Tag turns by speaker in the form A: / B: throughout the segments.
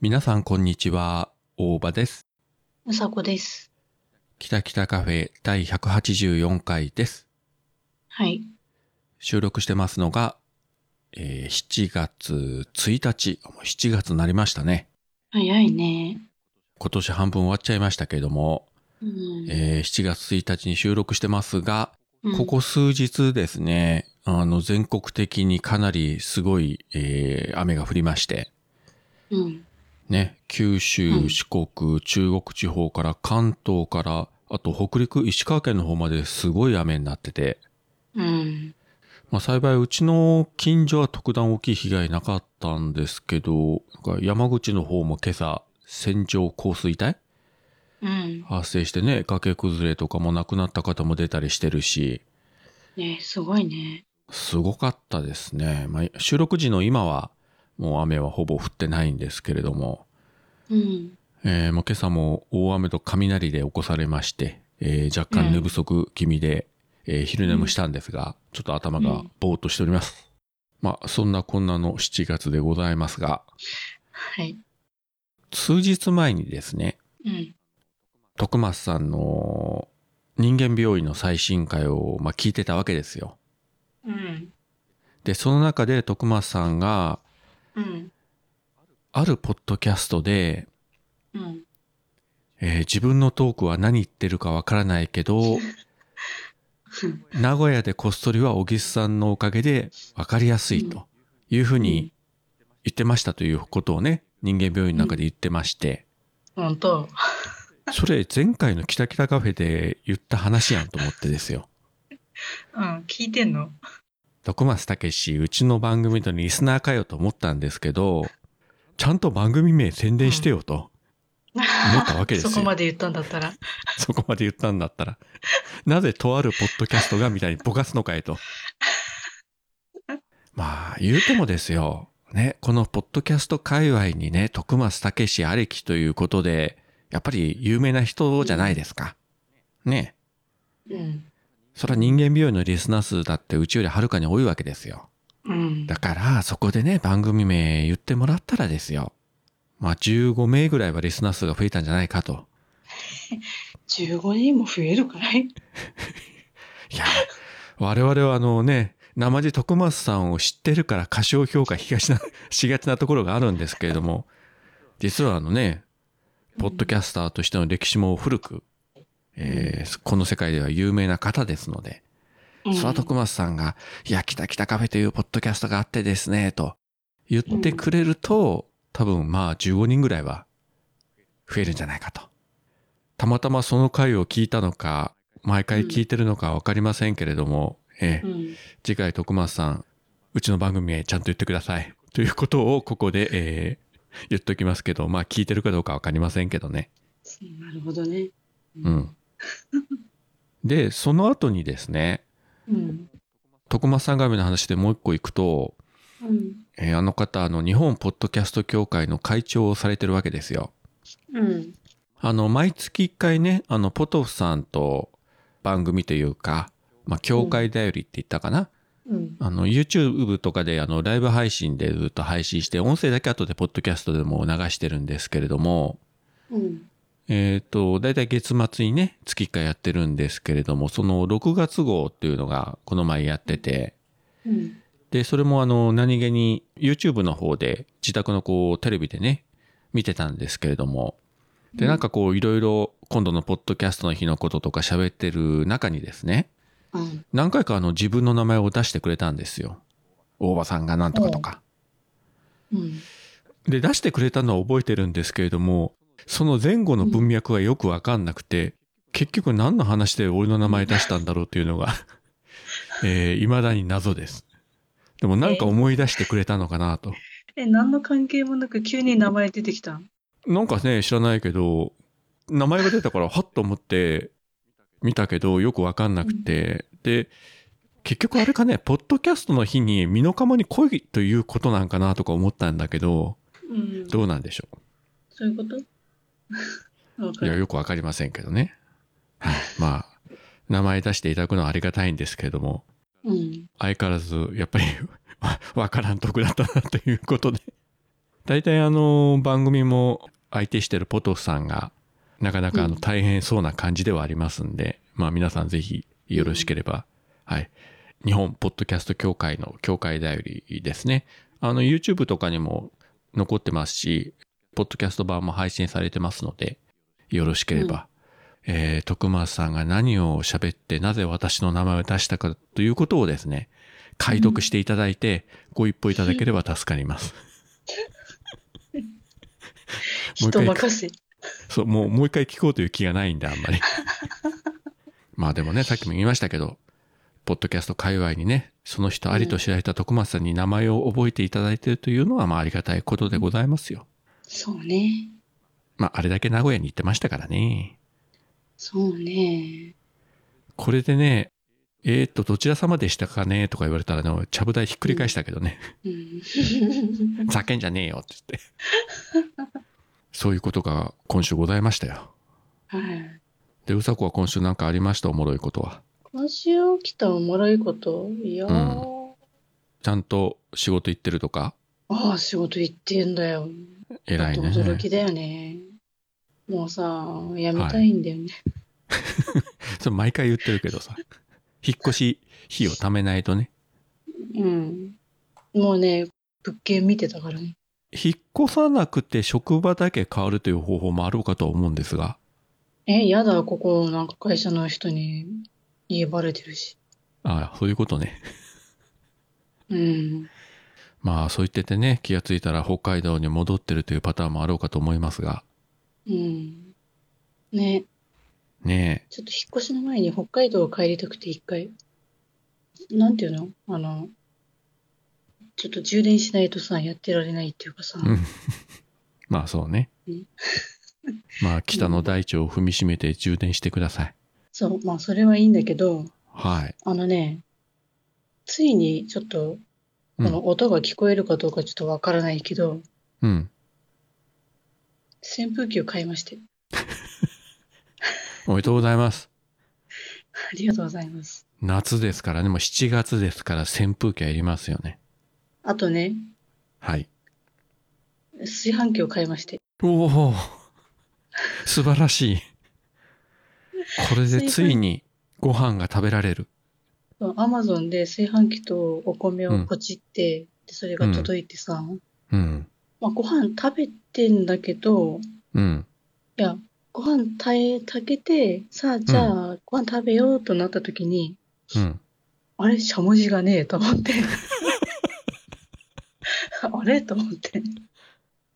A: 皆さんこんにちは、大場です。
B: うさこです。
A: 北北カフェ第184回です。
B: はい。
A: 収録してますのが、えー7月1日、もう7月になりましたね。
B: 早いね。
A: 今年半分終わっちゃいましたけれども、
B: うん。
A: えー7月1日に収録してますが、
B: うん
A: ここ数日ですね、あの全国的にかなりすごい、えー雨が降りまして、
B: うん。
A: ね、九
B: う
A: 州、
B: ん
A: 四国、中国地方から関東から、あと北陸、石川県の方まですごい雨になってて、
B: うん。
A: まあ幸いうちの近所は特段大きい被害なかったんですけど、なんか山口の方も今朝、線状降水帯
B: うん。
A: 発生してね、崖崩れとかも亡くなった方も出たりしてるし、
B: ね、すごいね。
A: すごかったですね。まあ、収録時の今は、もう雨はほぼ降ってないんですけれども、
B: うん。
A: えーもう今朝も大雨と雷で起こされまして、えー若干寝不足気味で、えー昼寝もしたんですが、ちょっと頭がぼーっとしております。まあ、そんなこんなの7月でございますが、
B: はい。
A: 数日前にですね、
B: うん。
A: 徳松さんの人間病院の最新回を、まあ、聞いてたわけですよ。
B: うん。
A: で、その中で徳松さんが、
B: うん。
A: あるポッドキャストで、
B: うん。
A: えー自分のトークは何言ってるかわからないけ ど、名古屋でこっそりは小木さんのおかげで分かりやすいというふうに言ってましたということをね、人間病院の中で言ってまして、
B: 本当。
A: それ前回のキタキタカフェで言った話やんと思ってですよ。
B: うん。聞いてんの
A: 徳松たけし、うちの番組のリスナーかよと思ったんですけど、ちゃんと番組名宣伝してよと、思ったわけですよ
B: そこまで言ったんだったら。
A: そこまで言ったんだったら、 なぜとあるポッドキャストがみたいにぼかすのかいと。まあ、言うてもですよ。ね、このポッドキャスト界隈にね、徳松武史ありきということで、やっぱり有名な人じゃないですか。ね。
B: うん。
A: それは人間病院のリスナー数だってうちよりはるかに多いわけですよ。
B: うん。
A: だから、そこでね、番組名言ってもらったらですよ。まあ、15名ぐらいはリスナー数が増えたんじゃないかと。
B: 15人も増えるくらい
A: いや、我々はあのね、生地徳松さんを知ってるから過小評価しがちな、しがちなところがあるんですけれども、実はあのね、ポッドキャスターとしての歴史も古く、えーこの世界では有名な方ですので、
B: うん
A: そら徳松さんが、いや、きたきたカフェというポッドキャストがあってですね、と言ってくれると、多分まあ15人ぐらいは増えるんじゃないかと。たまたまその回を聞いたのか、毎回聞いてるのかわかりませんけれども、え
B: う
A: え
B: ん。
A: 次回徳松さん、うちの番組へちゃんと言ってください。ということをここで、ええ言っときますけど、まあ聞いてるかどうかわかりませんけどね。
B: なるほどね。
A: う。 ん。で、その後にですね、
B: うん。
A: 徳松さんがめの話でもう一個行くと、
B: うん。
A: えーあの方、あの、日本ポッドキャスト協会の会長をされてるわけですよ。
B: うん。
A: あの、毎月一回ね、あの、ポトフさんと番組というか、まあ、協会だよりって言ったかな。
B: うん。
A: あの、YouTube とかで、あの、ライブ配信でずっと配信して、音声だけ後でポッドキャストでも流してるんですけれども、
B: うん。
A: えっ、と、だいたい月末にね、月一回やってるんですけれども、その6月号っていうのがこの前やってて、
B: うん。
A: で、それもあの、何気に YouTube の方で自宅のこう、テレビでね、見てたんですけれども、で、なんかこう、いろいろ今度のポッドキャストの日のこととか喋ってる中にですね、
B: うん。
A: 何回かあの、自分の名前を出してくれたんですよ。大場さんがなんとかとか。
B: うん。
A: で、出してくれたのは覚えてるんですけれども、その前後の文脈がよくわかんなくて、結局何の話で俺の名前出したんだろうっていうのが、 えー、未だに謎です。でもなんか思い出してくれたのかなと。
B: え、何の関係もなく急に名前出てきたん
A: なんかね、知らないけど、名前が出たから、はっと思って、見たけど、よくわかんなくて、で、結局あれかね、ポッドキャストの日に、身の釜に来いということなんかなとか思ったんだけど、
B: うん。
A: どうなんでしょ
B: そういうこと わ
A: う。
B: か
A: いや、
B: る。
A: よくわかりませんけどね。はい。まあ、名前出していただくのはありがたいんですけれども、
B: うん。
A: 相変わらず、やっぱりわ、わからん得だったなということで。大体あの番組も相手してるポトフさんがなかなかあの
B: うん
A: 大変そうな感じではありますんで、まあ皆さんぜひよろしければ、はい。日本ポッドキャスト協会の協会だよりですね。あの YouTube とかにも残ってますし、ポッドキャスト版も配信されてますので、よろしければ、えー、徳松さんが何を喋って、なぜ私の名前を出したかということをですね、解読していただいて、ご一報いただければ助かります。もう一
B: 人
A: 回
B: 任せ。
A: そう、もう、もう一回聞こうという気がないんで、あんまり。 まあでもね、さっきも言いましたけど、ポッドキャスト界隈にね、その人ありと知られた徳松さんに名前を覚えていただいているというのは、まあありがたいことでございますよ。
B: そうね。
A: まああれだけ名古屋に行ってましたからね。
B: そうね。
A: これでね、えー、っと、どちら様でしたかねとか言われたらね、ちゃぶ台ひっくり返したけどね、
B: うん。
A: ざけんじゃねえよって言って。そういうことが今週ございましたよ。
B: はい。
A: で、うさこは今週なんかありましたおもろいことは。
B: 今週起きたおもろいこといやー。
A: ちゃんと仕事行ってるとか
B: ああ、仕事行ってんだよ。
A: 偉いね。
B: 驚きだよね。もうさ、やめたいんだよね。
A: それ毎回言ってるけどさ。引っ越し費を貯めないとね。
B: うん。もうね、物件見てたからね。
A: 引っ越さなくて職場だけ変わるという方法もあろうかとは思うんですが。
B: え、やだ、ここ、なんか会社の人に家バレてるし。
A: ああ、そういうことね。
B: うん。
A: まあそう言っててね、気がついたら北海道に戻ってるというパターンもあろうかと思いますが。
B: うん。ね、
A: ね
B: ちょっと引っ越しの前に北海道帰りたくて一回、なんていうのあの、ちょっと充電しないとさ、やってられないっていうかさ、
A: うんえ。まあそうね
B: うん。
A: まあ北の大地を踏みしめて充電してください。
B: そう、まあそれはいいんだけど、
A: はい。
B: あのね、ついにちょっと、この音が聞こえるかどうかちょっとわからないけど、
A: うん。
B: 扇風機を買いまして。
A: おめでとうございます。
B: ありがとうございます。
A: 夏ですからね、もう7月ですから扇風機はいりますよね。
B: あとね、
A: はい。
B: 炊飯器を買いまして。
A: おお素晴らしいこれでついにご飯が食べられる
B: アマゾンで炊飯器とお米をポチって、でそれが届いてさ、
A: うん
B: まあ、ご飯食べてんだけど、
A: うん
B: いや、ご飯炊い炊けて、さあ、じゃあ、ご飯食べようとなった時に、
A: うん
B: あれ、しゃもじがねえと 思って。あれと思って。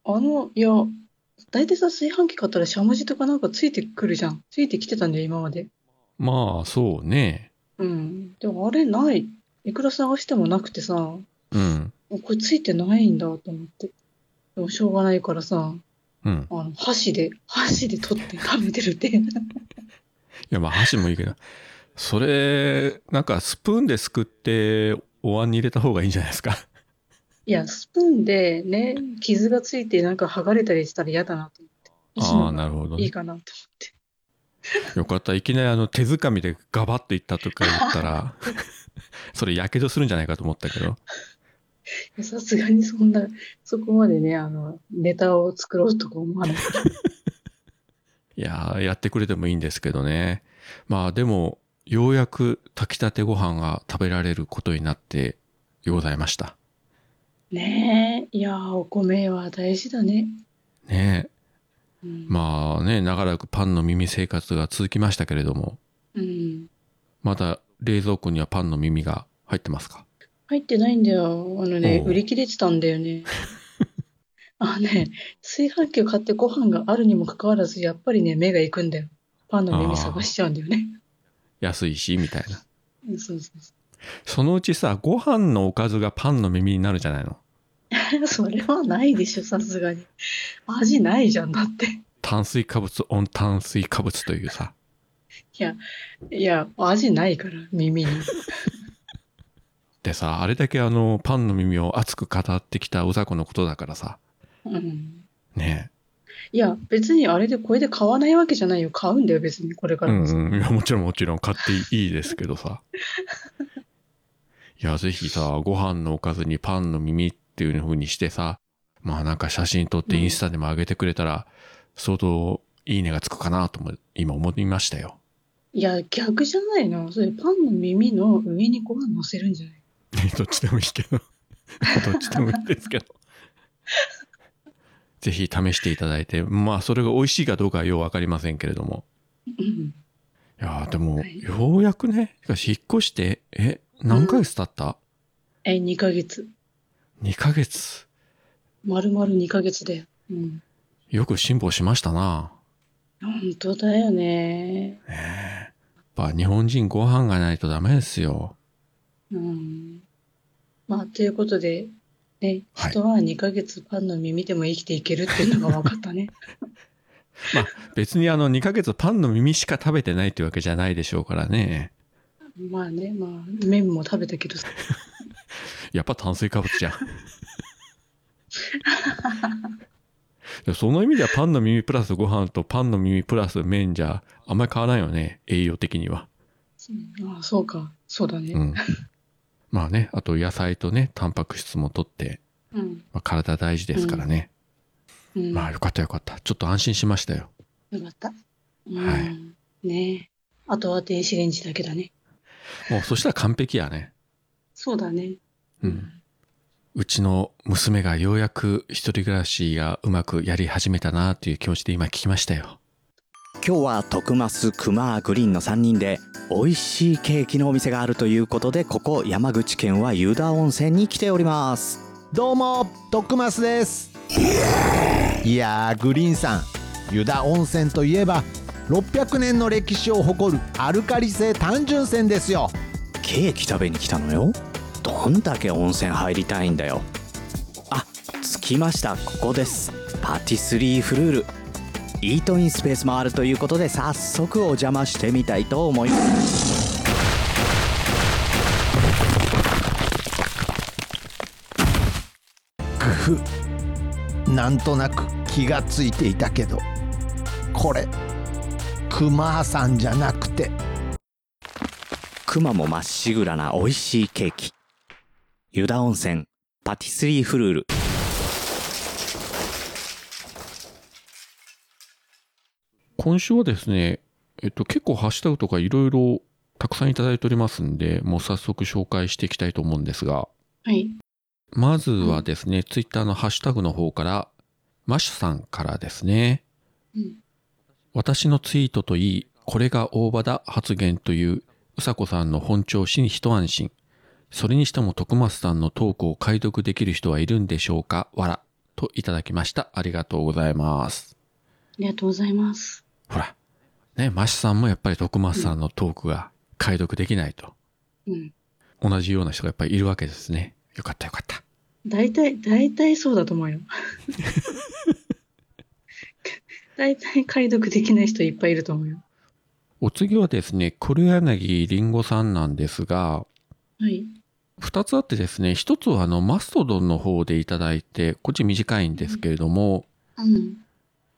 B: あの、いや、大体さ、炊飯器買ったらしゃもじとかなんかついてくるじゃん。ついてきてたんだよ、今まで。
A: まあそうね
B: うん。でも、あれ、ない。いくら探してもなくてさ、こ
A: うん
B: れついてないんだと思って。でも、しょうがないからさ、
A: うん
B: あの、箸で、箸で取って食べてるって。
A: いやまあ箸もいいけどそれなんかスプーンですくってお椀に入れた方がいいんじゃないですか
B: いや、スプーンでね、傷がついてなんか剥がれたりしたら嫌だなと思って。
A: ああなるほど
B: いい
A: ね
B: かなと思って。
A: よかったいきなりあの手づかみでガバッといったとか言ったら それやけどするんじゃないかと思ったけど
B: いやさすがにそんな、そこまでね、あの、ネタを作ろうとか思わない。
A: いやー、やってくれてもいいんですけどね。まあでも、ようやく炊きたてご飯が食べられることになってございました。
B: ねえ、いやー、お米は大事だね。
A: ねえ。
B: うん。
A: まあね、長らくパンの耳生活が続きましたけれども、
B: うん、
A: まだ冷蔵庫にはパンの耳が入ってますか
B: 入ってないんだよ。あのね
A: お、う
B: 売り切れてたんだよ ね。あのね、炊飯器を買ってご飯があるにもかかわらず、やっぱりね、目が行くんだよ。パンの耳探しちゃうんだよね。
A: 安いし、みたいな。
B: うんそうそうそう。
A: そのうちさ、ご飯のおかずがパンの耳になるじゃないの。
B: それはないでしょ、さすがに。味ないじゃん、だって。
A: 炭水化物、温炭水化物というさ。
B: いや、いや、味ないから、耳に。
A: でさ、あれだけあの、パンの耳を熱く語ってきたおざこのことだからさ、
B: うん。
A: ねえ。
B: いや、別にあれで、これで買わないわけじゃないよ。買うんだよ、別に、これからも。
A: うんうん、いやもちろんもちろん買っていいですけどさいやぜひさご飯のおかずにパンの耳っていう風にしてさまあなんか写真撮ってインスタでも上げてくれたら、相当いいねがつくかなとも今思いましたよ。
B: いや、逆じゃないの。それパンの耳の上にご飯乗せるんじゃない
A: どっちでもいいけ ど。どっちでもいいですけど。ぜひ試していただいて、まあそれが美味しいかどうかはようわかりませんけれども。
B: うん。
A: いやーでも、
B: はい
A: ようやくね、しかし引っ越して、え、何ヶ月経った、
B: え、2ヶ月。
A: ?2 ヶ月。
B: まるまる2ヶ月だよ。うん。
A: よく辛抱しましたな。
B: 本当だよね。
A: ねえやっぱ日本人ご飯がないとダメですよ。
B: うん。まあ、ということで、ね、
A: はい
B: 人は2ヶ月パンの耳でも生きていけるっていうのが分かったね。
A: まあ別にあの2ヶ月パンの耳しか食べてないってわけじゃないでしょうからね。
B: まあね、まあ、麺も食べたけどさ。
A: やっぱ炭水化物じ ゃん。いやその意味ではパンの耳プラスご飯とパンの耳プラス麺じゃあんまり変わらないよね栄養的には。
B: うんああ、そうか。そうだ
A: う
B: ね。
A: ん、まあねあと野菜とねタンパク質もとって、
B: うん。
A: まあ、体大事ですからね、
B: うん。
A: まあよかったよかったちょっと安心しましたよ。
B: よかった。うん。
A: はい
B: ねあとは電子レンジだけだね。
A: もうそしたら完璧やね。
B: そうだね。
A: うん、うちの娘がようやく一人暮らしがうまくやり始めたなという気持ちで今聞きましたよ。
C: 今日は徳増熊グリーンの3人で美味しいケーキのお店があるということでここ山口県は湯田温泉に来ております
D: どうも徳増ですいやーグリーンさん湯田温泉といえば600年の歴史を誇るアルカリ性単純泉ですよ
C: ケーキ食べに来たのよどんだけ温泉入りたいんだよあ着きましたここですパティスリーフルールイートインスペースもあるということで早速お邪魔してみたいと思います
D: グフなんとなく気がついていたけどこれ熊さんじゃなくて
C: 熊もまっしぐらな美味しいケーキ。湯田温泉、パティスリーフルール。
A: 今週はですね、えっと、結構ハッシュタグとかいろいろたくさんいただいておりますんで、もう早速紹介していきたいと思うんですが、
B: はい。
A: まずはですね、ツイッターのハッシュタグの方から、マッシュさんからですね、
B: うん
A: 私のツイートといい、これが大場だ発言という、うさこさんの本調子に一安心。それにしても徳松さんのトークを解読できる人はいるんでしょうかわら。といただきました。ありがとうございます。
B: ありがとうございます。
A: ほら。ね、マシさんもやっぱり徳松さんのトークが解読できないと。
B: うん。
A: 同じような人がやっぱりいるわけですね。よかったよかった。
B: 大体、大体そうだと思うよ。大体解読できない人いっぱいいると思うよ。
A: お次はですね、黒柳りんごさんなんですが、
B: はい。
A: 二つあってですね、一つはあの、マストドンの方でいただいて、こっち短いんですけれども、
B: うん。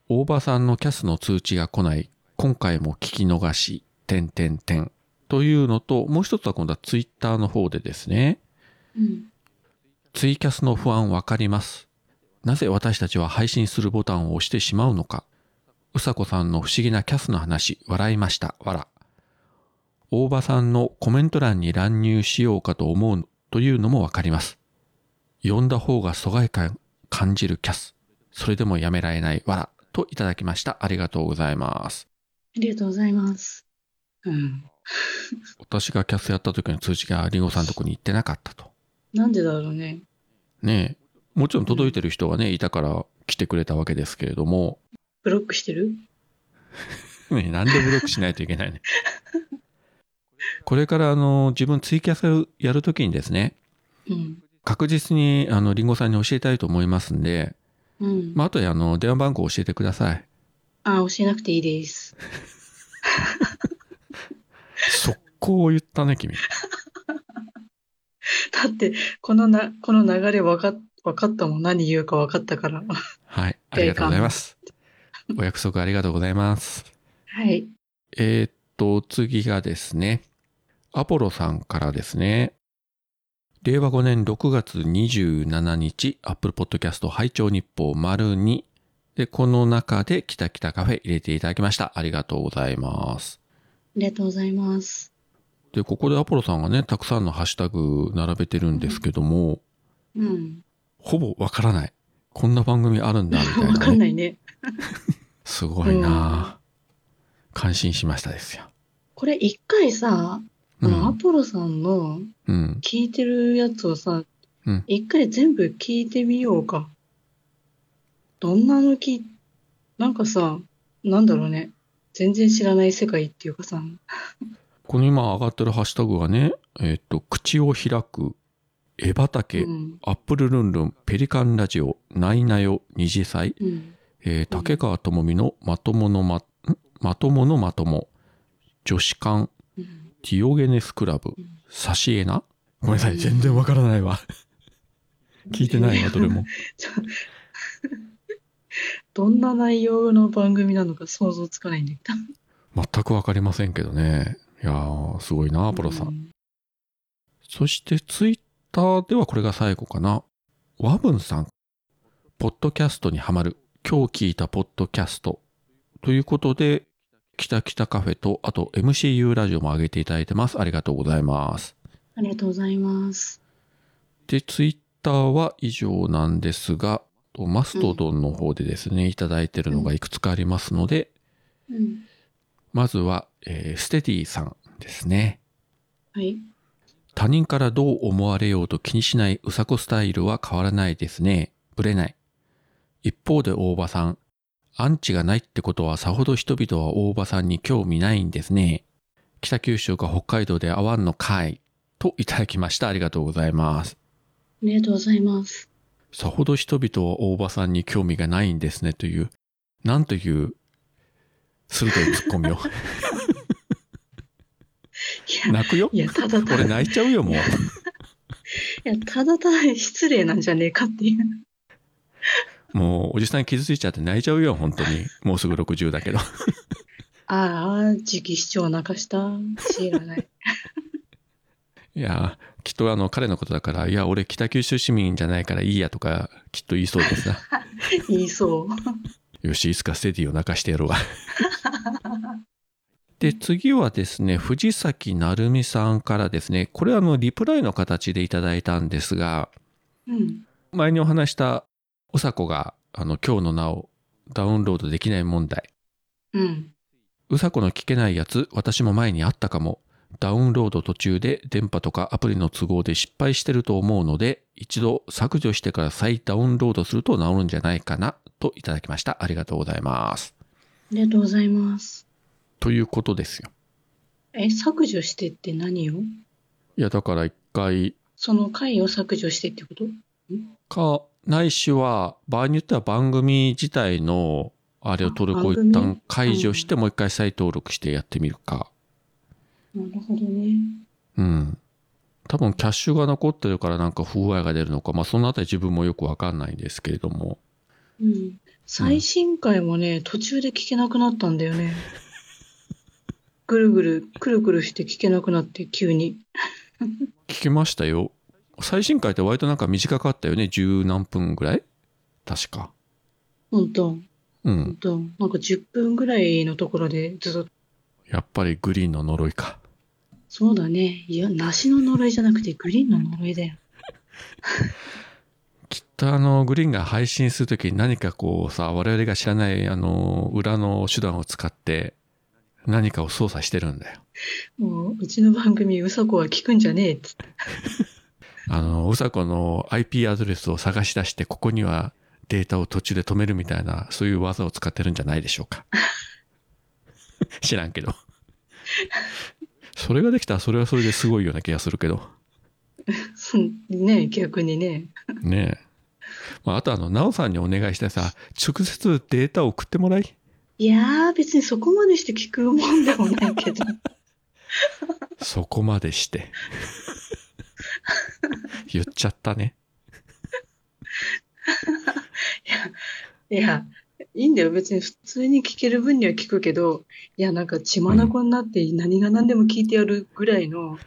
A: 大場さんのキャスの通知が来ない、今回も聞き逃し、点点点というのと、もう一つは今度はツイッターの方でですね、
B: うん。
A: ツイキャスの不安わかります。なぜ私たちは配信するボタンを押してしまうのか。うさこさんの不思議なキャスの話、笑いました。わら。大場さんのコメント欄に乱入しようかと思うというのもわかります。読んだ方が疎外感感じるキャス。それでもやめられない。わら。といただきました。ありがとうございます。
B: ありがとうございます。うん。
A: 私がキャスやった時の通知がリンゴさんのとこに行ってなかったと。
B: なんでだろうね。
A: ねえ。もちろん届いてる人はね、いたから来てくれたわけですけれども、
B: ブロックしてる
A: ね、なんでブロックしないといけないね。これからあの自分ツイキャスやるときにですね、
B: うん。
A: 確実にあのリンゴさんに教えたいと思いますんで、
B: うん。
A: まあ、あとであの電話番号を教えてください。
B: あ、教えなくていいです。
A: 速攻を言ったね、君。
B: だって、このな、この流れ分かっ、分かったもん。何言うか分かったから。
A: はい、ありがとうございます。お約束ありがとうございます。
B: はい。
A: えーっと、次がですね、アポロさんからですね、令和5年6月27日、Apple Podcast 拝聴日報丸2で、この中でキタキタカフェ入れていただきました。ありがとうございます。
B: りがとうございます。
A: で、ここでアポロさんがね、たくさんのハッシュタグ並べてるんですけども、
B: うん。
A: ほぼわからない。こんな番組あるんだ、みたい
B: わ
A: な、
B: か
A: ね
B: ん。ないね。
A: すごいなあ感心しましたですよ。
B: これ一回さ、あ
A: う
B: の、ア
A: ん。
B: ポロさんの
A: うん。
B: 聞いてるやつをさ
A: うん、
B: 一、回全部聞いてみようか。どんなの聞い、なんかさ、なんだろうね。全然知らない世界っていうかさ、
A: この今上がってるハッシュタグがね、えっ、と、口を開く、エバタケ、
B: うん。
A: アップルルンルン、ペリカンラジオ、ないなよ、二次祭、
B: うん。
A: えー竹川智美のまとものま、んまとものまとも、女子館、
B: うん
A: ディオゲネスクラブ
B: うん、
A: サシエナごめんなさ
B: う
A: い、
B: ん
A: 全然わからないわ。聞いてないわ、どれ も。
B: ちょ どんな内容の番組なのか想像つかないんだけど。
A: 全くわかりませんけどね。いやー、すごいな、アポロさん
B: う。ん。
A: そしてツイッターではこれが最後かな。ワブンさん。ポッドキャストにハマる。今日聞いたポッドキャスト。ということで、キタキタカフェと、あと MCU ラジオも上げていただいてます。ありがとうございます。
B: ありがとうございます。
A: で、ツイッターは以上なんですが、とマストドンの方でですね、いただいてるのがいくつかありますので、
B: うん。
A: まずは、えーステディさんですね。
B: はい。
A: 他人からどう思われようと気にしないうさこスタイルは変わらないですね。ぶれない。一方で大場さん。アンチがないってことはさほど人々は大場さんに興味ないんですね。北九州か北海道で会わんのかい。といただきました。ありがとうございます。
B: ありがとうございます。
A: さほど人々は大場さんに興味がないんですねという、なんという、鋭いツッコミ を。
B: いや、
A: 泣くよ
B: い。やただただ
A: 俺、泣いちゃうよ、もう。
B: いや、ただただ失礼なんじゃねえかっていう。
A: もう、おじさん傷ついちゃって泣いちゃうよ、本当に。もうすぐ60だけど。
B: ああ、次期市長泣かした。知ら ない。
A: いやー、きっとあの、彼のことだから、いや、俺北九州市民じゃないからいいやとか、きっと言いそうですな。
B: 言いそう。
A: よし、いつかステディを泣かしてやろうが。で、次はですね、藤崎成美さんからですね、これはあの、リプライの形でいただいたんですが、
B: うん。
A: 前にお話した、おさこが、あの、今日の名をダウンロードできない問題。
B: うん。
A: うさこの聞けないやつ、私も前にあったかも。ダウンロード途中で電波とかアプリの都合で失敗してると思うので、一度削除してから再ダウンロードすると治るんじゃないかな、といただきました。ありがとうございます。
B: ありがとうございます。
A: ということですよ。
B: え、削除してって何を
A: いや、だから一回
B: その回を削除してってこと
A: か、ないしは、場合によっては番組自体の、あれを登録を一
B: 番
A: 旦
B: 組
A: 解除して、もう一回再登録してやってみるか。
B: なるほどね。
A: うん。多分キャッシュが残ってるからなんか不具合が出るのか、まあそのあたり自分もよくわかんないんですけれども。
B: うん。最新回もね、途中で聞けなくなったんだよね。ぐるぐる、くるくるして聞けなくなって、急に。
A: 聞きましたよ。最新回って割となんか短かったよね。十何分ぐらい確か。
B: ほんと、
A: う
B: ほん
A: ん。
B: と。なんか10分ぐらいのところでずっと
A: やっぱりグリーンの呪いか。
B: そうだね。いや、梨の呪いじゃなくてグリーンの呪いだよ。
A: きっとあの、グリーンが配信するときに何かこうさ、我々が知らないあの、裏の手段を使って何かを操作してるんだよ。
B: もう、うちの番組、うさこは聞くんじゃねえっつって。
A: あの、うさこの IP アドレスを探し出して、ここにはデータを途中で止めるみたいな、そういう技を使ってるんじゃないでしょうか。 知らんけど。それができたらそれはそれですごいような気がするけど。
B: うんねえ逆にね。
A: ねえ。まあ、あとあの、なおさんにお願いしてさ、直接データを送ってもらい。
B: いやー、別にそこまでして聞くもんでもないけど。
A: そこまでして。 言っちゃったね。
B: いや、いいんだよ。別に普通に聞ける分には聞くけど、いや、なんか血眼になって何が何でも聞いてやるぐらいの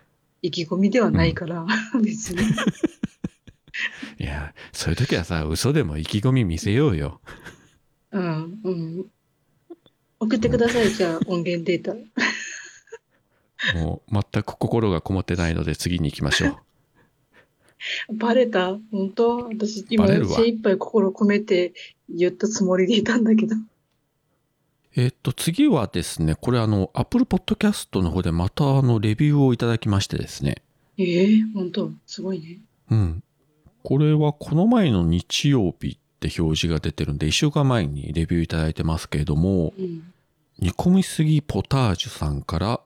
B: 意気込みではないから、別に。
A: いや、そういう時はさ、嘘でも意気込み見せようよ。
B: うん、うん。送ってください、じゃあ、音源データ。
A: もう、全く心がこもってないので、次に行きましょう。
B: バレた本当私、今、
A: バレるわ
B: 精一杯心込めて言ったつもりでいたんだけど。
A: えっと、次はですね、これあの、Apple Podcast の方でまたあの、レビューをいただきましてですね。
B: ええ本当すごいね。
A: うん。これはこの前の日曜日って表示が出てるんで、1週間前にレビューいただいてますけれども、
B: うん。
A: 煮込みすぎポタージュさんから、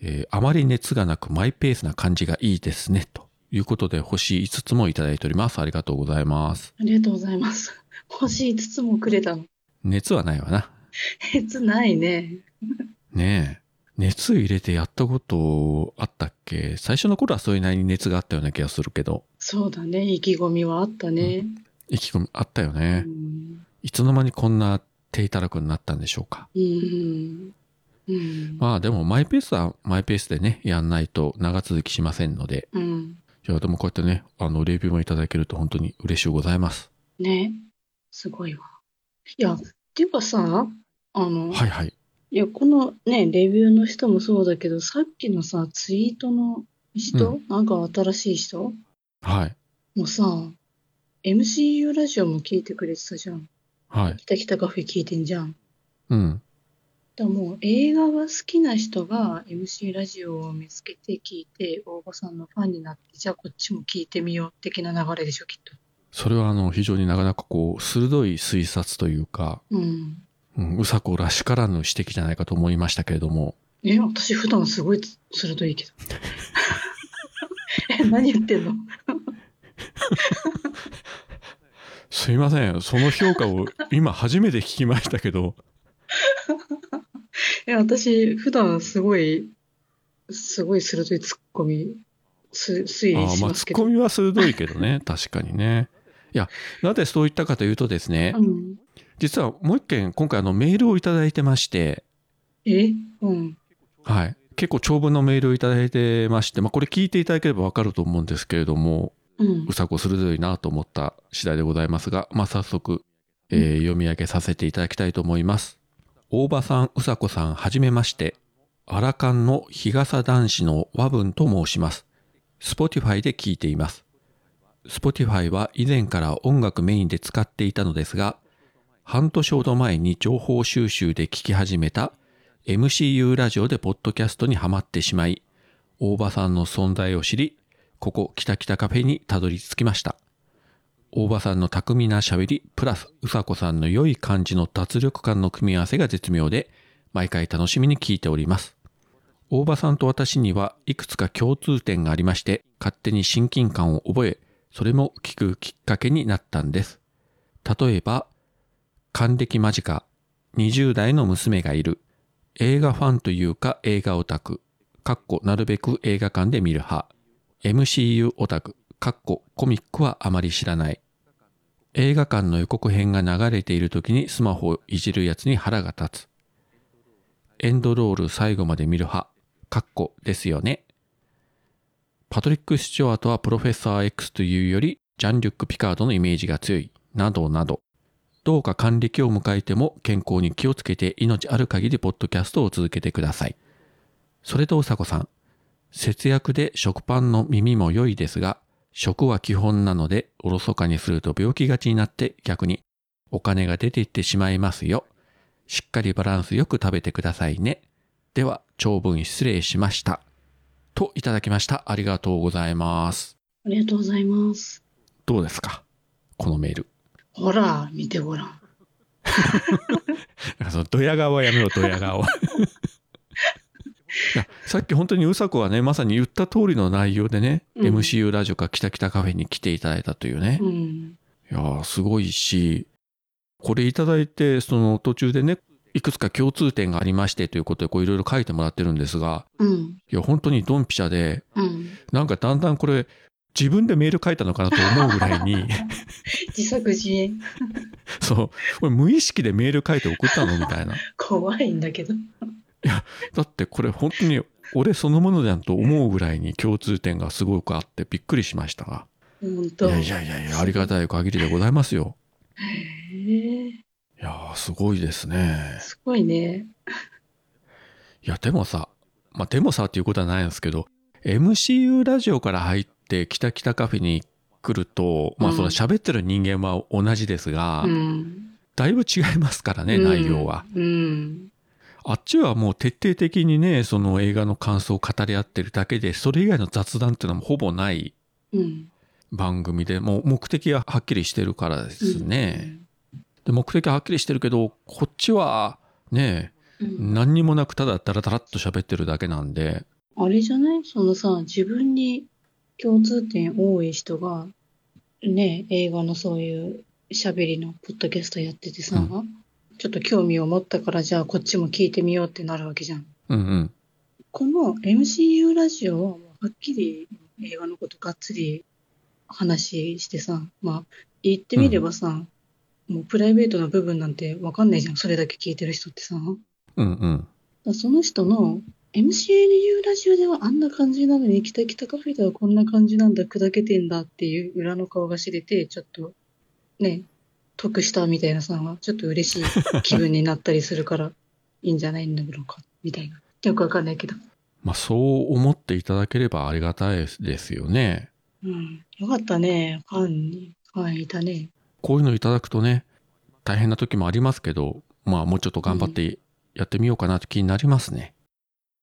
A: えーあまり熱がなくマイペースな感じがいいですね、ということで、星5つもいただいております。ありがとうございます。
B: ありがとうございます。星5つもくれたの。
A: 熱はないわな。
B: 別ないね。
A: ねえ。熱入れてやったことあったっけ最初の頃はそれなりに熱があったような気がするけど、
B: そうだね。意気込みはあったね。
A: 意気込みあったよ
B: う
A: ね。
B: ん。
A: いつの間にこんな低たらくになったんでしょうか。
B: うん。うん。
A: まあでもマイペースはマイペースでね、やんないと長続きしませんので、
B: うん。
A: いやでもこうやってね、あの、レビューもいただけると本当に嬉しゅうございます。
B: ね。すごいわ。いや、っていうかさ、あの、
A: はいはい。
B: いや、このね、レビューの人もそうだけど、さっきのさ、ツイートの人、
A: う
B: なんか新しい人
A: はい。
B: もさ、MCU ラジオも聞いてくれてたじゃん。
A: はい。
B: 北北カフェ聞いてんじゃん。
A: うん。
B: だからもう映画が好きな人が MC ラジオを見つけて聞いて、大場さんのファンになって、じゃあこっちも聞いてみよう的な流れでしょ、きっと。
A: それはあの、非常になかなかこう、鋭い推察というか、
B: うん。
A: うん、うさこらしからぬ指摘じゃないかと思いましたけれども、
B: え、私普段すごいつ鋭いけど。 え、何言ってんの
A: すいません。その評価 を今初めて聞きましたけど、
B: え、私普段すごい、すごい鋭いツッコミ、す推
A: あ
B: 理
A: あ
B: し
A: まあ、
B: ま
A: ツ
B: す
A: ッ
B: け
A: コ
B: ど。
A: ミは鋭いけどね。確かにね。いや、なぜそういったかというとですね、
B: うん。
A: 実はもう一件、今回あの、メールをいただいてまして、
B: え、うん。
A: はい。結構長文のメールをいただいてまして、まあこれ聞いていただければわかると思うんですけれども、
B: うん
A: う。さこ鋭いなと思った次第でございますが、まあ、早速、えー読み上げさせていただきたいと思います。大場さん、うさこさん、はじめまして。アラカンの日傘男子の和文と申します。Spotify で聞いています。Spotify は以前から音楽メインで使っていたのですが、半年ほど前に情報収集で聞き始めた MCU ラジオでポッドキャストにはまってしまい、大場さんの存在を知り、ここ、北北カフェにたどり着きました。大場さんの巧みな喋り、プラス、うさこさんの良い感じの脱力感の組み合わせが絶妙で、毎回楽しみに聞いております。大場さんと私にはいくつか共通点がありまして、勝手に親近感を覚え、それも聞くきっかけになったんです。例えば、還暦間近、20代の娘がいる、映画ファンというか映画オタク、かっこなるべく映画館で見る派、MCU オタク、かっこコミックはあまり知らない。映画館の予告編が流れている時にスマホをいじるやつに腹が立つ。エンドロール最後まで見る派、かっこですよね。パトリック・スチュワートはプロフェッサー X というよりジャンリュック・ピカードのイメージが強い、などなど。どうか還暦を迎えても健康に気をつけて命ある限りポッドキャストを続けてください。それとうさこさん、節約で食パンの耳も良いですが、食は基本なので、おろそかにすると病気がちになって逆にお金が出ていってしまいますよ。しっかりバランスよく食べてくださいね。では、長文失礼しました。といただきました。ありがとうございます。
B: ありがとうございます。
A: どうですかこのメール。
B: ほら、見てごらん。
A: なんかそのドヤ顔はやめろ、ドヤ 顔。いやさっき本当にうさこはね、まさに言った通りの内容でね、
B: うん
A: MCU ラジオかキタキタカフェに来ていただいたというね。
B: うん。
A: いやーすごいしこれいただいてその途中でねいくつか共通点がありましてということでこういろいろ書いてもらってるんですが
B: うん。
A: いや本当にドンピシャで
B: うん。
A: なんかだんだんこれ自分でメール書いたのかなと思うぐらいに
B: 自作自演
A: そうこれ無意識でメール書いて送ったのみたいな
B: 怖いんだけど
A: だってこれ本当に俺そのものじゃんと思うぐらいに共通点がすごくあってびっくりしましたが
B: 本
A: い
B: 当。
A: やいやいやいやありがたい限りでございますよ
B: へえ
A: いやーすごいですね
B: すごいね。
A: いやでもさまあでもさっていうことはないんですけど MCU ラジオから入って「きたきたカフェ」に来るとまあ
B: うん
A: その喋ってる人間は同じですが、
B: うん。
A: だいぶ違いますからね、
B: うん
A: 内容は。。
B: うん。
A: あっちはもう徹底的にねその映画の感想を語り合ってるだけでそれ以外の雑談っていうのもほぼない
B: うん。
A: 番組でもう目的がはっきりしてるからですね。で目的ははっきりしてるけどこっちはね
B: うん。うん
A: 何にもなくただダラダラっと喋ってるだけなんで
B: あれじゃないそのさ、自分に共通点多い人が、ね、映画のそういう喋りのポッドキャストやっててさ、
A: う
B: ちょっと興味を持ったから、じゃあこっちも聞いてみようってなるわけじゃん。
A: うんうん
B: この MCU ラジオはもうはっきり映画のことがっつり話してさ、まあ、言ってみればさ、もうプライベートな部分なんてわかんないじゃん、それだけ聞いてる人ってさ。
A: うんうん
B: だからその人の MCNU ラジオではあんな感じなのに、北北カフェではこんな感じなんだ、砕けてんだっていう裏の顔が知れて、ちょっとね、得したみたいなさんは、ちょっと嬉しい気分になったりするから、 いいんじゃないんだろうか、みたいな。よくわかんないけど。
A: まあそう思っていただければありがたいですよね。
B: うん。よかったね。ファンに、ファンいたね。
A: こういうのいただくとね大変な時もありますけどまあもうちょっと頑張ってやってみようかなって気になりますね。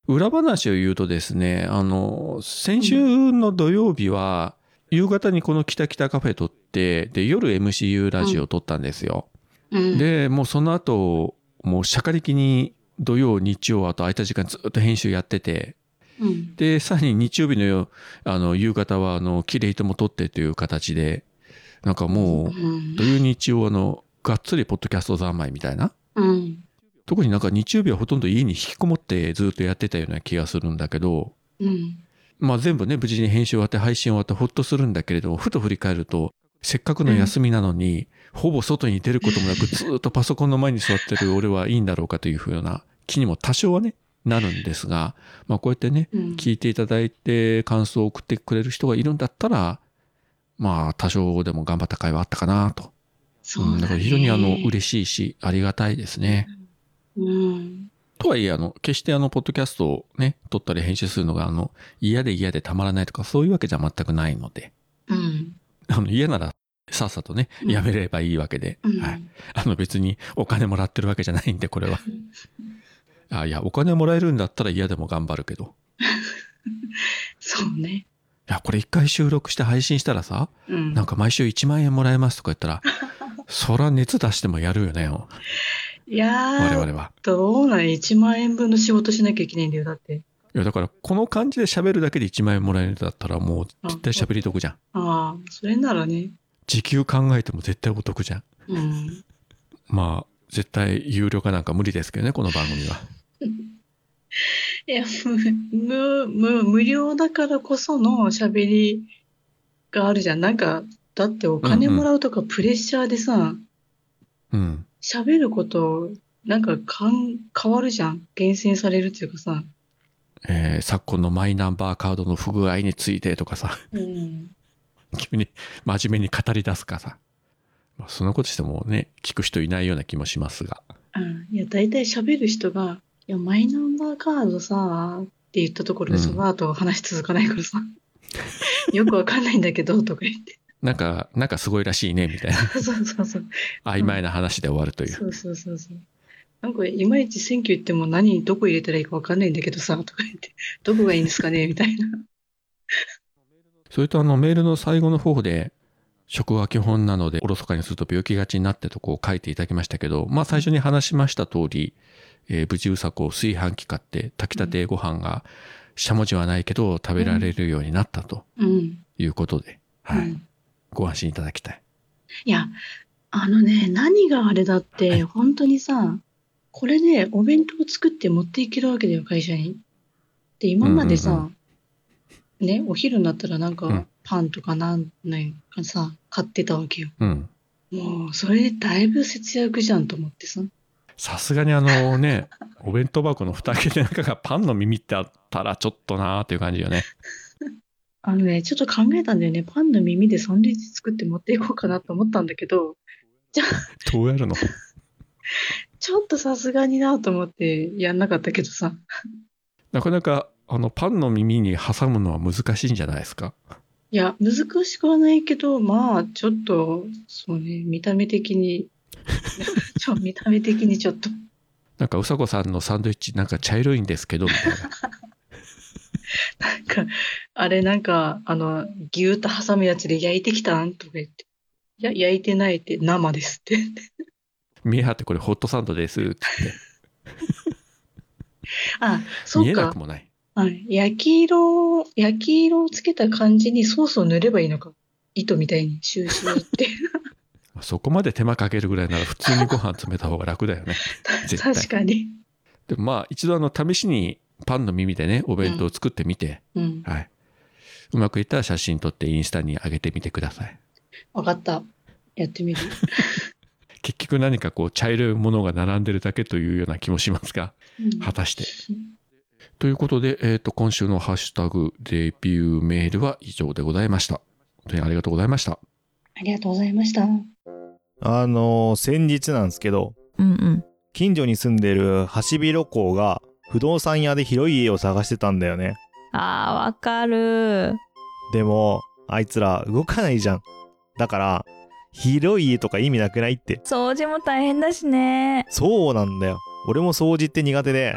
A: 裏話を言うとですねあの先週の土曜日は夕方にこの「キタキタカフェ」撮ってで夜 MCU ラジオ撮ったんですよ。
B: うん。
A: でもうその後もうしゃかりきに土曜日曜あと空いた時間ずっと編集やってて
B: うん。
A: でさらに日曜日の夜あの夕方はあのキレイトも撮ってという形でなんかもう
B: うん
A: 土。曜日曜あのがっつりポッドキャスト三昧みたいな
B: うん。
A: 特になんか日曜日はほとんど家に引きこもってずっとやってたような気がするんだけど
B: うん。
A: まあ全部ね無事に編集終わって配信終わってほっとするんだけれどもふと振り返るとせっかくの休みなのに、ほぼ外に出ることもなくずっとパソコンの前に座ってる俺はいいんだろうかというふうな気にも多少はねなるんですがまあこうやってね
B: うん。
A: 聞いていただいて感想を送ってくれる人がいるんだったらまあ多少でも頑張った会はあったかなと
B: そう
A: うん、だから非常にあの
B: し
A: 嬉しいしありがたいですね。
B: い。うん。
A: とはいえあの決してあのポッドキャストをね撮ったり編集するのがあの嫌で嫌でたまらないとかそういうわけじゃ全くないので
B: うん。
A: あの嫌ならさっさとね
B: うん
A: やめればいいわけで、
B: うん。
A: はい、あの別にお金もらってるわけじゃないんでこれはあいやお金もらえるんだったら嫌でも頑張るけど
B: そうね。
A: いやこれ一回収録して配信したらさ
B: うん。
A: なんか毎週1万円もらえますとか言った らそら熱出してもやるよね
B: いやー
A: 我々は。
B: どうなん ?1 万円分の仕事しなきゃいけないんだよ、だって。
A: いやだからこの感じで喋るだけで1万円もらえるんだったらもう絶対喋り得じゃん。
B: ああ、それならね。
A: 時給考えても絶対お得じゃん。
B: うん。
A: まあ絶対有料化なんか無理ですけどねこの番組は。
B: いや、む、む、む、無料だからこその喋りがあるじゃん。なんか、だってお金もらうとかプレッシャーでさ、
A: うん。
B: 喋、ること、なんかかん、変わるじゃん。厳選されるっていうかさ。
A: えー昨今のマイナンバーカードの不具合についてとかさ
B: うん。
A: 急に 真面目に語り出すかさ、まあ、そんなことしてもね聞く人いないような気もしますが。
B: うんいや、大体喋る人が、いや、マイナンバーカードさ、って言ったところで、
A: うん
B: その後話続かないからさ、 よくわかんないんだけど、とか言って。
A: なんかなんかすごいらしいねみたいな
B: そうそうそう。
A: 曖昧な話で終わるという。
B: そうそうそうそう。なんか、いまいち選挙行っても何、どこ入れたらいいかわかんないんだけどさ、とか言って、どこがいいんですかね、みたいな。
A: それとあのメールの最後の方で食は基本なのでおろそかにすると病気がちになってとこう書いていただきましたけどまあ最初に話しました通り、えー、無事うさこを炊飯器買って炊きたてご飯がしゃもじはないけど食べられるようになったと
B: うん。
A: いうことで、は
B: う
A: い
B: ん、
A: ご安心いただきたい。
B: いや、あのね、何があれだって、本当にさ、これでお弁当作って持っていけるわけだよ、会社に。で、今まで
A: うんう
B: さ、ね、お昼になったらな
A: う
B: ん
A: ん
B: か、パンとかなんなんかさ、買ってたわけよ。
A: うん
B: もう、それでだいぶ節約じゃんと思ってさ。
A: さすがにあの ね、お弁当箱の蓋開けて中がパンの耳ってあったらちょっとなーっていう感じよね。
B: あのね、ちょっと考えたんだよね。パンの耳でサンドイッチ作って持っていこうかなと思ったんだけど、
A: どうやるの
B: ちょっとさすがになと思ってやんなかったけどさ。
A: なかなかあのパンの耳に挟むのは難しいんじゃないですか。
B: いや、難しくはないけど、まあ、ちょっと、そうね、見た目的に、 ちょ見た目的にちょっと、
A: なんかうさこさんのサンドイッチなんか茶色いんですけどみたいな。
B: なんか、あれなんか、あの、牛と挟むやつで焼いてきたんとか言って。いや、焼いてないって、生ですって。
A: 見え張ってこれホットサンドですって
B: あ、
A: 言って。
B: そ
A: 見
B: う
A: えな
B: か
A: く。もない。
B: はい焼き色を、焼き色をつけた感じにソースを塗ればいいのか。糸みたいに収集って。
A: そこまで手間かけるぐらいなら普通にご飯詰めた方が楽だ よね。 絶対
B: 確かに。
A: でもまあ一度あの試しにパンの耳でねお弁当を作ってみて、
B: うん。
A: はい。うまくいったら写真撮ってインスタに上げてみてください。
B: わかった。やってみる。
A: 結局何かこう茶色いものが並んでるだけというような気もしますが、
B: うん
A: 果たして。ということで、えっ、と、今週のハッシュタグレビューメールは以上でございました。本当にありがとうございました。
B: ありがとうございました。
E: あのー先日なんですけど
F: うんうん
E: 近所に住んでるハシビロコウが不動産屋で広い家を探してたんだよね
F: あーわかる
E: でもあいつら動かないじゃんだから広い家とか意味なくないって
F: 掃除も大変だしね
E: そうなんだよ俺も掃除って苦手で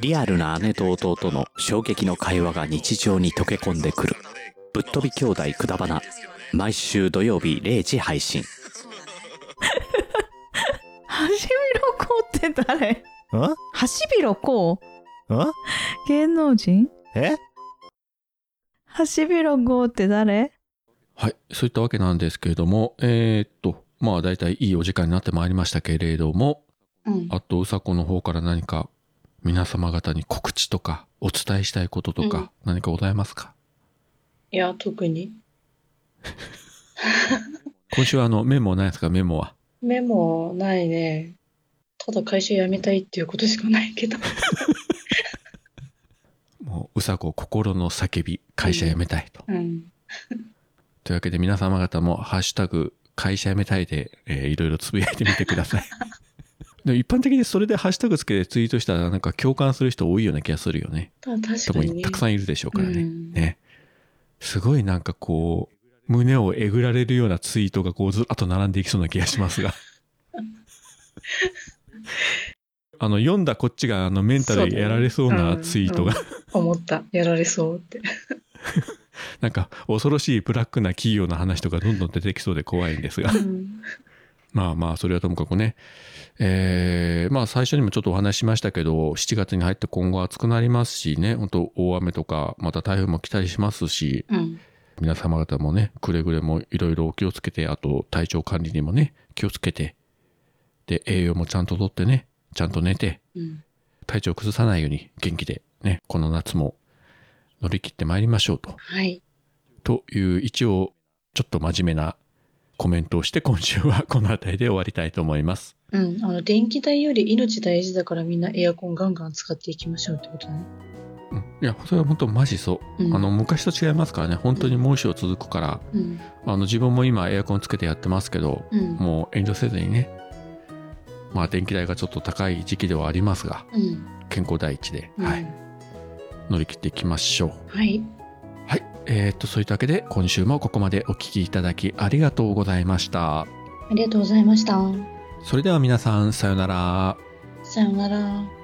C: リアルな姉と弟の衝撃の会話が日常に溶け込んでくる「ぶっ飛び兄弟くだばな」毎週土曜日0時配信
F: ハシビロコウって誰
E: んん
F: ハシビロコウ芸能人
E: え
F: ハシビロコウって誰
A: はい。そういったわけなんですけれども、えっ、と、まあ大体いいお時間になってまいりましたけれども、
B: うん。
A: あと、うさこの方から何か皆様方に告知とかお伝えしたいこととか何かございますか、
B: いや、特に。
A: 今週はあのメモないですかメモは。
B: メモないね。ただ会社辞めたいっていうことしかないけど。
A: もう、うさこ心の叫び、会社辞めたいと。
B: うん。
A: というわけで皆様方も、ハッシュタグ、会社辞めたいで、えーいろいろつぶやいてみてくだ さい。でも一般的にそれでハッシュタグつけてツイートしたらなんか共感する人多いような気がするよね。
B: ただ確
A: 多
B: かに
A: 分
B: ね。
A: たくさんいるでしょうからね。
B: うん
A: ね。すごいなんかこう、胸をえぐられるようなツイートがこうずらっと並んでいきそうな気がし ますが。あの、読んだこっちがあのメンタルやられそうなツイートが、
B: 思った。やられそうって。
A: なんか恐ろしいブラックな企業の話とかどんどん出てきそうで怖いん ですが。
B: うん。
A: まあまあ、それはともかくね。えーまあ最初にもちょっとお話ししましたけど、7月に入って今後暑くなりますしね、本当大雨とか、また台風も来たりしますし、
B: うん。
A: 皆様方もね、くれぐれもいろいろお気をつけて、あと体調管理にもね、気をつけて、で、栄養もちゃんととってね、ちゃんと寝て、
B: うん。
A: 体調崩さないように元気で、ね、この夏も乗り切ってまいりましょうと。
B: はい。
A: という一応ちょっと真面目なコメントをして今週は この辺りで終わりたいと思います。
B: うん。あの、電気代より命大事だからみんなエアコンガンガン使っていきましょうってことね。
A: うんいやそれは本当マジそうう、
B: ん
A: あの昔と違いますからね本当に猛暑続くから
B: うん。
A: あの自分も今エアコンつけてやってますけど
B: うん。
A: もう遠慮せずにねまあ電気代がちょっと高い時期ではありますが
B: うん。
A: 健康第一で、
B: うん
A: はい、。乗り切っていきましょう
B: はい。
A: はいえー、っとそういったわけで今週もここまでお聞きいただきありがとうございました
B: ありがとうございました。
A: それでは皆さんさようなら
B: さようなら。